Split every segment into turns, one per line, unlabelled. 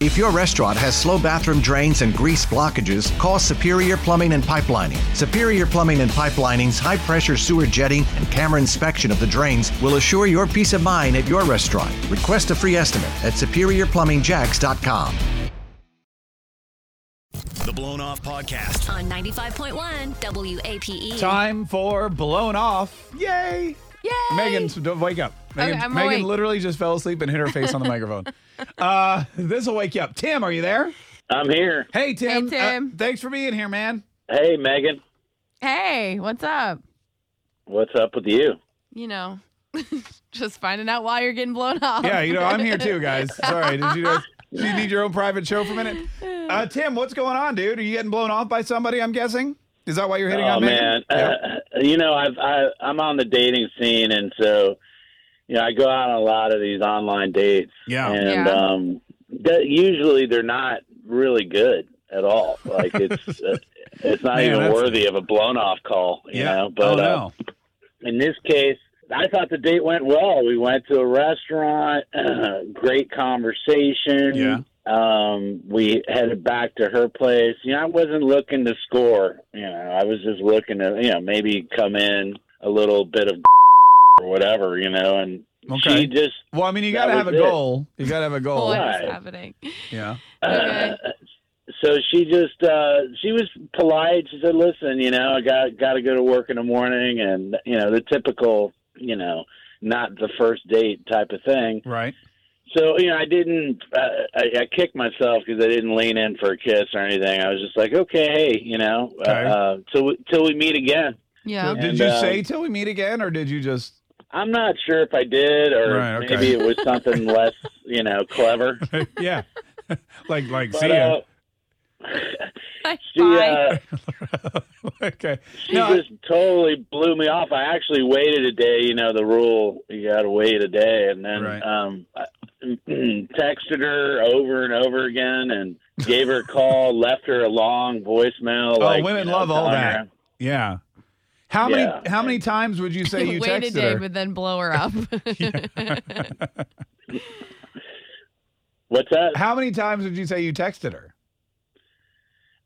If your restaurant has slow bathroom drains and grease blockages, call Superior Plumbing and Pipelining. Superior Plumbing and Pipelining's high pressure sewer jetting and camera inspection of the drains will assure your peace of mind at your restaurant. Request a free estimate at superiorplumbingjacks.com.
The Blown Off Podcast.
on 95.1 WAPE.
Time for blown off. Yay!
Yay!
Megan, so don't wake up. Megan,
I'm
Megan
awake.
literally just fell asleep and hit her face on the microphone. Uh, this will wake you up. Tim, are you there?
I'm here.
Hey, Tim.
Hey,
Uh,
Tim.
thanks for being here, man.
Hey, Megan,
Hey, what's up?
what's up with you?
You know, just finding out why you're getting blown up.
Yeah, you know I'm here too, guys. Sorry, did you guys? Do you need your own private show for a minute? Uh, Tim, what's going on, dude? Are you getting blown off by somebody? I'm guessing. Is that why you're hitting
oh
on
man,
Megan? Yeah.
Uh, you know I've, I I'm on the dating scene, and so you know I go out on a lot of these online dates.
Yeah.
and
Yeah.
um, that, usually they're not really good at all. Like it's uh, it's not
Man,
even
that's-
worthy of a blown off call. You
yeah.
know, but
oh,
uh,
no.
in this case, I thought the date went well. We went to a restaurant, great conversation.
Yeah.
Um, we headed back to her place. You know, I wasn't looking to score. You know, I was just looking to, you know, maybe come in a little bit of or whatever, you know, and
Okay.
she just,
well, I mean, you got
that
to have a
was it.
goal. You got to have a goal.
What
Right.
is happening?
Yeah.
Okay.
so she just uh she was polite she said listen you know i got got to go to work in the morning and you know the typical you know not the first date type of thing
Right.
so you know i didn't uh, I, I kicked myself because i didn't lean in for a kiss or anything i was just like okay hey you know uh,
Okay.
uh, till we, till we meet again
Yeah.
Did
And,
you
uh,
say till we meet again, or did you just?
i'm not sure if i did or
Right, okay.
maybe it was something less you know clever
yeah. like like
but
see ya.
uh, she
Bye.
uh
okay.
She
No, I-
just totally blew me off. I actually waited a day. You know the rule: you got to wait a day. And then
Right.
um, I texted her over and over again, and gave her a call, left her a long voicemail.
Oh,
like,
women
you know,
love all
telling
that.
her-
yeah. How many
Yeah.
how many times would you say you
Wait a
texted
day,
her?
but then blow her up.
What's that?
How many times would you say you texted her?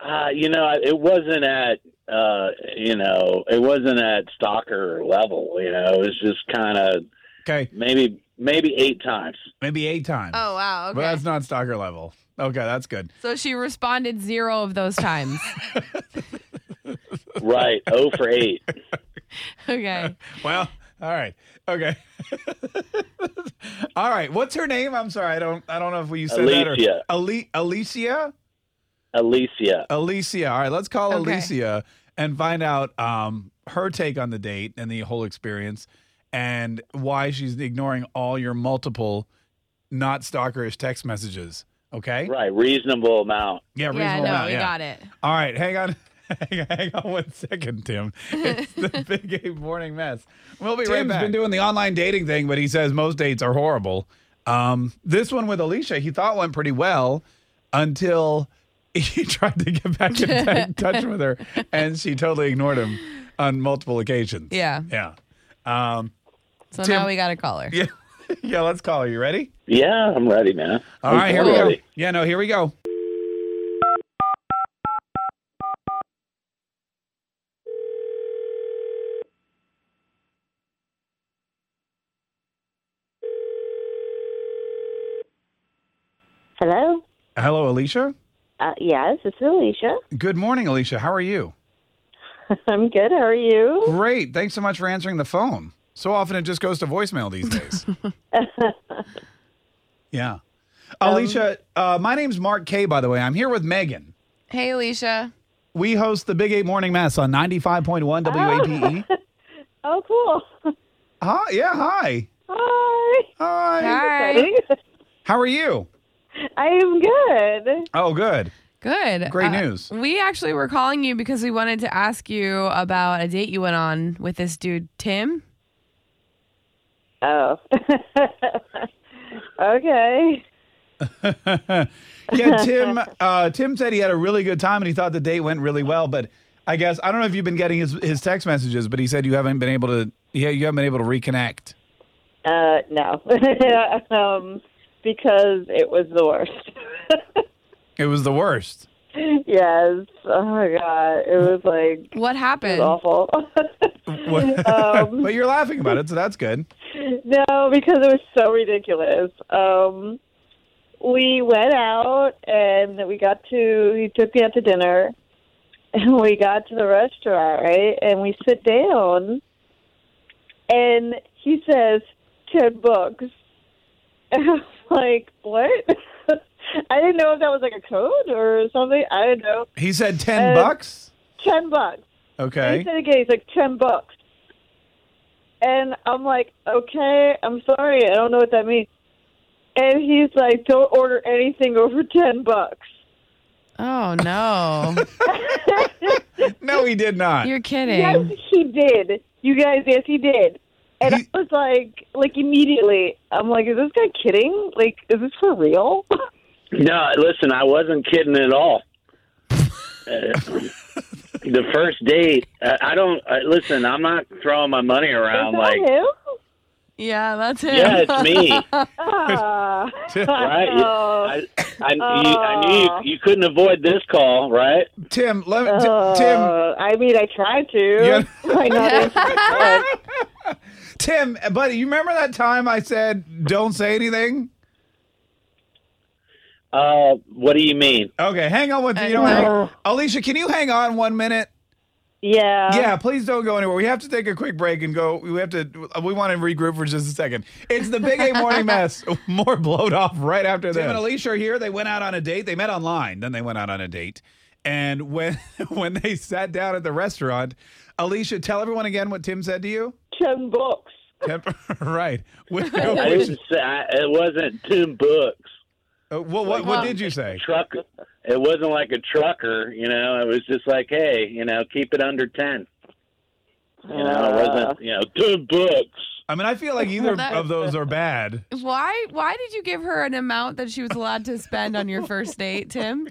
Uh, you know, it wasn't at uh, you know, it wasn't at stalker level. You know, it was just kind of
Okay,
maybe maybe eight times.
maybe eight times.
oh wow.
But
Okay.
that's not stalker level. Okay, that's good.
so she responded zero of those times.
Right, oh for eight.
okay.
Well, all right. Okay. all right. What's her name? I'm sorry. I don't I don't know if we you said
Alicia.
that or Ali- Alicia?
Alicia.
Alicia. All right, let's call
Okay.
Alicia and find out um, her take on the date and the whole experience and why she's ignoring all your multiple not stalkerish text messages. Okay?
Right, reasonable amount.
Yeah,
yeah.
reasonable
No,
amount,
we
yeah.
got it.
All right, hang on. Hang on, hang on one second, Tim. It's the Big Eight Morning Mess. We'll be right
Tim's
back.
been
doing the online dating thing, but he says most dates are horrible. Um, this one with Alicia, he thought went pretty well until he tried to get back in t- in touch with her, and she totally ignored him on multiple occasions.
Yeah.
Yeah. Um,
So
Tim-
now we got to call her.
yeah. yeah, let's call her. You ready?
Yeah, I'm ready, man.
All right, here we
Cool.
go.
Ready.
Yeah, no, here we go.
Hello.
Hello, Alicia.
Uh, yeah, this is Alicia.
Good morning, Alicia. How are you?
I'm good. How are you?
Great. Thanks so much for answering the phone. So often it just goes to voicemail these days. yeah. Alicia, uh, my name's Mark Kay, by the way. I'm here with Megan.
Hey, Alicia.
We host the Big Eight Morning Mass on 95.1 WAPE.
Oh, cool.
E. Hi. Yeah. Hi.
Hi.
Hi.
Hi.
How are you?
I am good.
Oh, good.
Good. Uh,
Great news.
We actually were calling you because we wanted to ask you about a date you went on with this dude, Tim.
Oh. okay.
yeah, Tim. Uh, Tim said he had a really good time and he thought the date went really well. But I guess I don't know if you've been getting his, his text messages, but he said you haven't been able to. Yeah, you haven't been able to reconnect.
Uh, no. um, because it was the worst.
It was the worst.
Yes. Oh my god, it was like
What happened?
awful.
What-
Um,
but you're laughing about it, so that's good.
no, because it was so ridiculous. Um, we went out and we got to. He took me out to dinner, and we got to the restaurant right, and we sit down, and he says ten bucks. And I'm like, what? I didn't know if that was like a code or something. I didn't know.
He said ten
Uh,
bucks.
Ten bucks.
Okay.
He said again, he's like ten bucks, and I'm like, okay, I'm sorry, I don't know what that means. And he's like, don't order anything over ten bucks.
Oh no,
no, he did not.
you're kidding.
Yes, he did. You guys, yes, he did. And
He-
I was like, like immediately, I'm like, is this guy kidding? Like, is this for real?
No, listen, I wasn't kidding at all. Uh, the first date, uh, I don't uh, listen. I'm not throwing my money around.
is that
Like,
him?
Yeah, that's it.
yeah, it's me.
Ah.
Right?
Oh.
I, I, you, I knew you, you couldn't avoid this call, right?
Tim, let me,
Uh,
Ti- Tim,
I mean, I tried to.
Yeah.
I know they tried to.
Tim, buddy, you remember that time I said don't say anything?
Uh, what do you mean?
Okay, hang on with you.
I
don't
know.
hang- Alicia, can you hang on one minute?
Yeah.
Yeah, please don't go anywhere. We have to take a quick break and go. We have to. We want to regroup for just a second. It's the Big A Morning Mess. More blowed off right after this. Tim and Alicia are here. They went out on a date. They met online. Then they went out on a date. And when when they sat down at the restaurant, Alicia, tell everyone again what Tim said to you.
Ten bucks.
Tim, right. Which,
I
which,
didn't say I, it wasn't two books.
uh, what, what, what did you say?
Truck. It wasn't like a trucker, you know. It was just like, hey, you know, keep it under ten. You know, it wasn't, you know, two books.
I mean, I feel like either
That-
of those are bad.
Why? Why did you give her an amount that she was allowed to spend on your first date, Tim?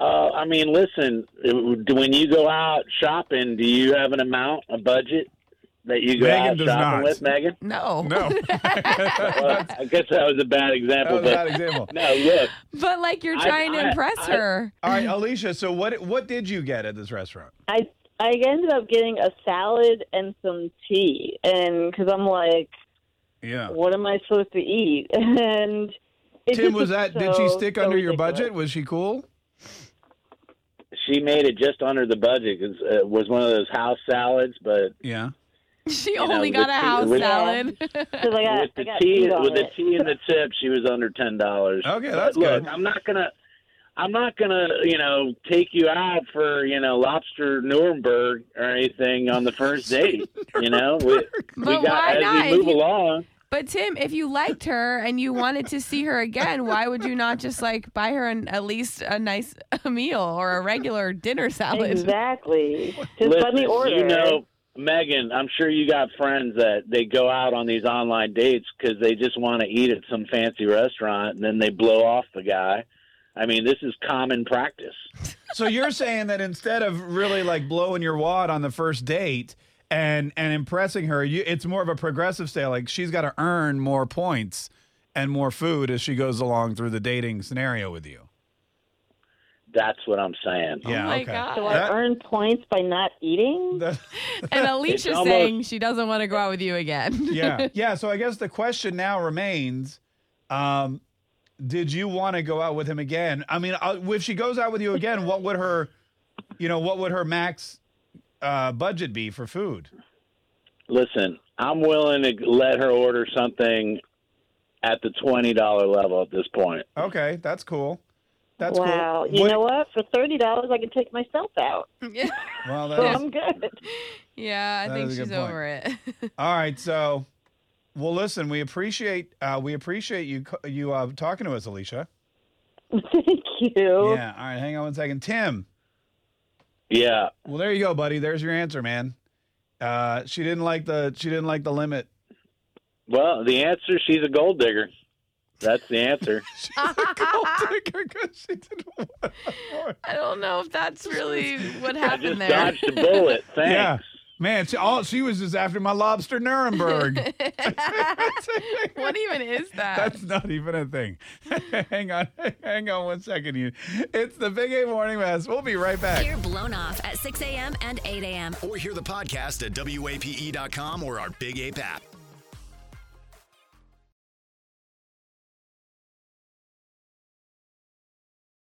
Uh, I mean, listen, it- when you go out shopping, do you have an amount, a budget that you go
Megan
out
does
shopping
not.
with, Megan?
No.
No,
Well, I guess that was a bad
that
example,
was a bad
but
example.
no, look,
But like you're
I-
trying to
I-
impress
I-
her.
All right, Alicia. So what what did you get at this restaurant?
I I ended up getting a salad and some tea, and because I'm like,
Yeah.
what am I supposed to eat? And it
Tim,
just
was that? did she
so-
stick
so
under your
ridiculous.
budget? Was she cool?
she made it just under the budget. 'cause uh, It was one of those house salads, but
Yeah.
She
know,
only
with
got a
the-
house
with-
salad.
'Cause I got,
with
I
the
got
tea,
meat on
with the
it.
tea and the tip, she was under ten dollars.
Okay, that's
look,
good.
I'm not gonna, I'm not gonna, you know, take you out for you know lobster Nuremberg or anything on the first date. you know, we, we
But why
got
not?
as we move
If you-
along.
But Tim, if you liked her and you wanted to see her again, why would you not just like buy her an, at least a nice meal or a regular dinner salad?
Exactly. Just
Listen,
let me order.
You know, Megan, I'm sure you got friends that they go out on these online dates because they just want to eat at some fancy restaurant and then they blow off the guy. I mean, this is common practice.
So you're saying that instead of really like blowing your wad on the first date and and impressing her, you, it's more of a progressive sale. Like she's got to earn more points and more food as she goes along through the dating scenario with you.
That's what I'm saying.
yeah.
Oh my
okay.
God.
so I
That-
earn points by not eating.
that-
And Alicia's
almost-
saying she doesn't want to go out with you again.
yeah. Yeah. So I guess the question now remains um, did you want to go out with him again? I mean, uh, if she goes out with you again, what would her, you know, what would her max uh, budget be for food?
Listen, I'm willing to let her order something at the $20 level at this point.
Okay. That's cool. That's
wow.
cool.
You know what? For thirty dollars, I can take myself out.
Well,
So
that is,
I'm good.
yeah, I
That
think
is a
she's
good point.
over it.
all right. So, well, listen, we appreciate uh, we appreciate you co- you uh, talking to us, Alicia.
Thank you.
Yeah. All right. Hang on one second, Tim.
Yeah.
Well, there you go, buddy. There's your answer, man. Uh, she didn't like the she didn't like the limit.
Well, the answer, she's a gold digger. That's the answer.
gold digger 'cause she didn't want it more.
I don't know if that's really what
I
happened
just
there.
dodged a bullet. Thanks.
Yeah. Man, she, all she was just after my lobster Nuremberg.
What even is that?
That's not even a thing. hang on, hang on one second. You, it's the Big A Morning Mass. We'll be right back.
Hear Blown Off at 6 a.m. and 8 a.m.
E Or hear the podcast at WAPE.com or our Big Ape app.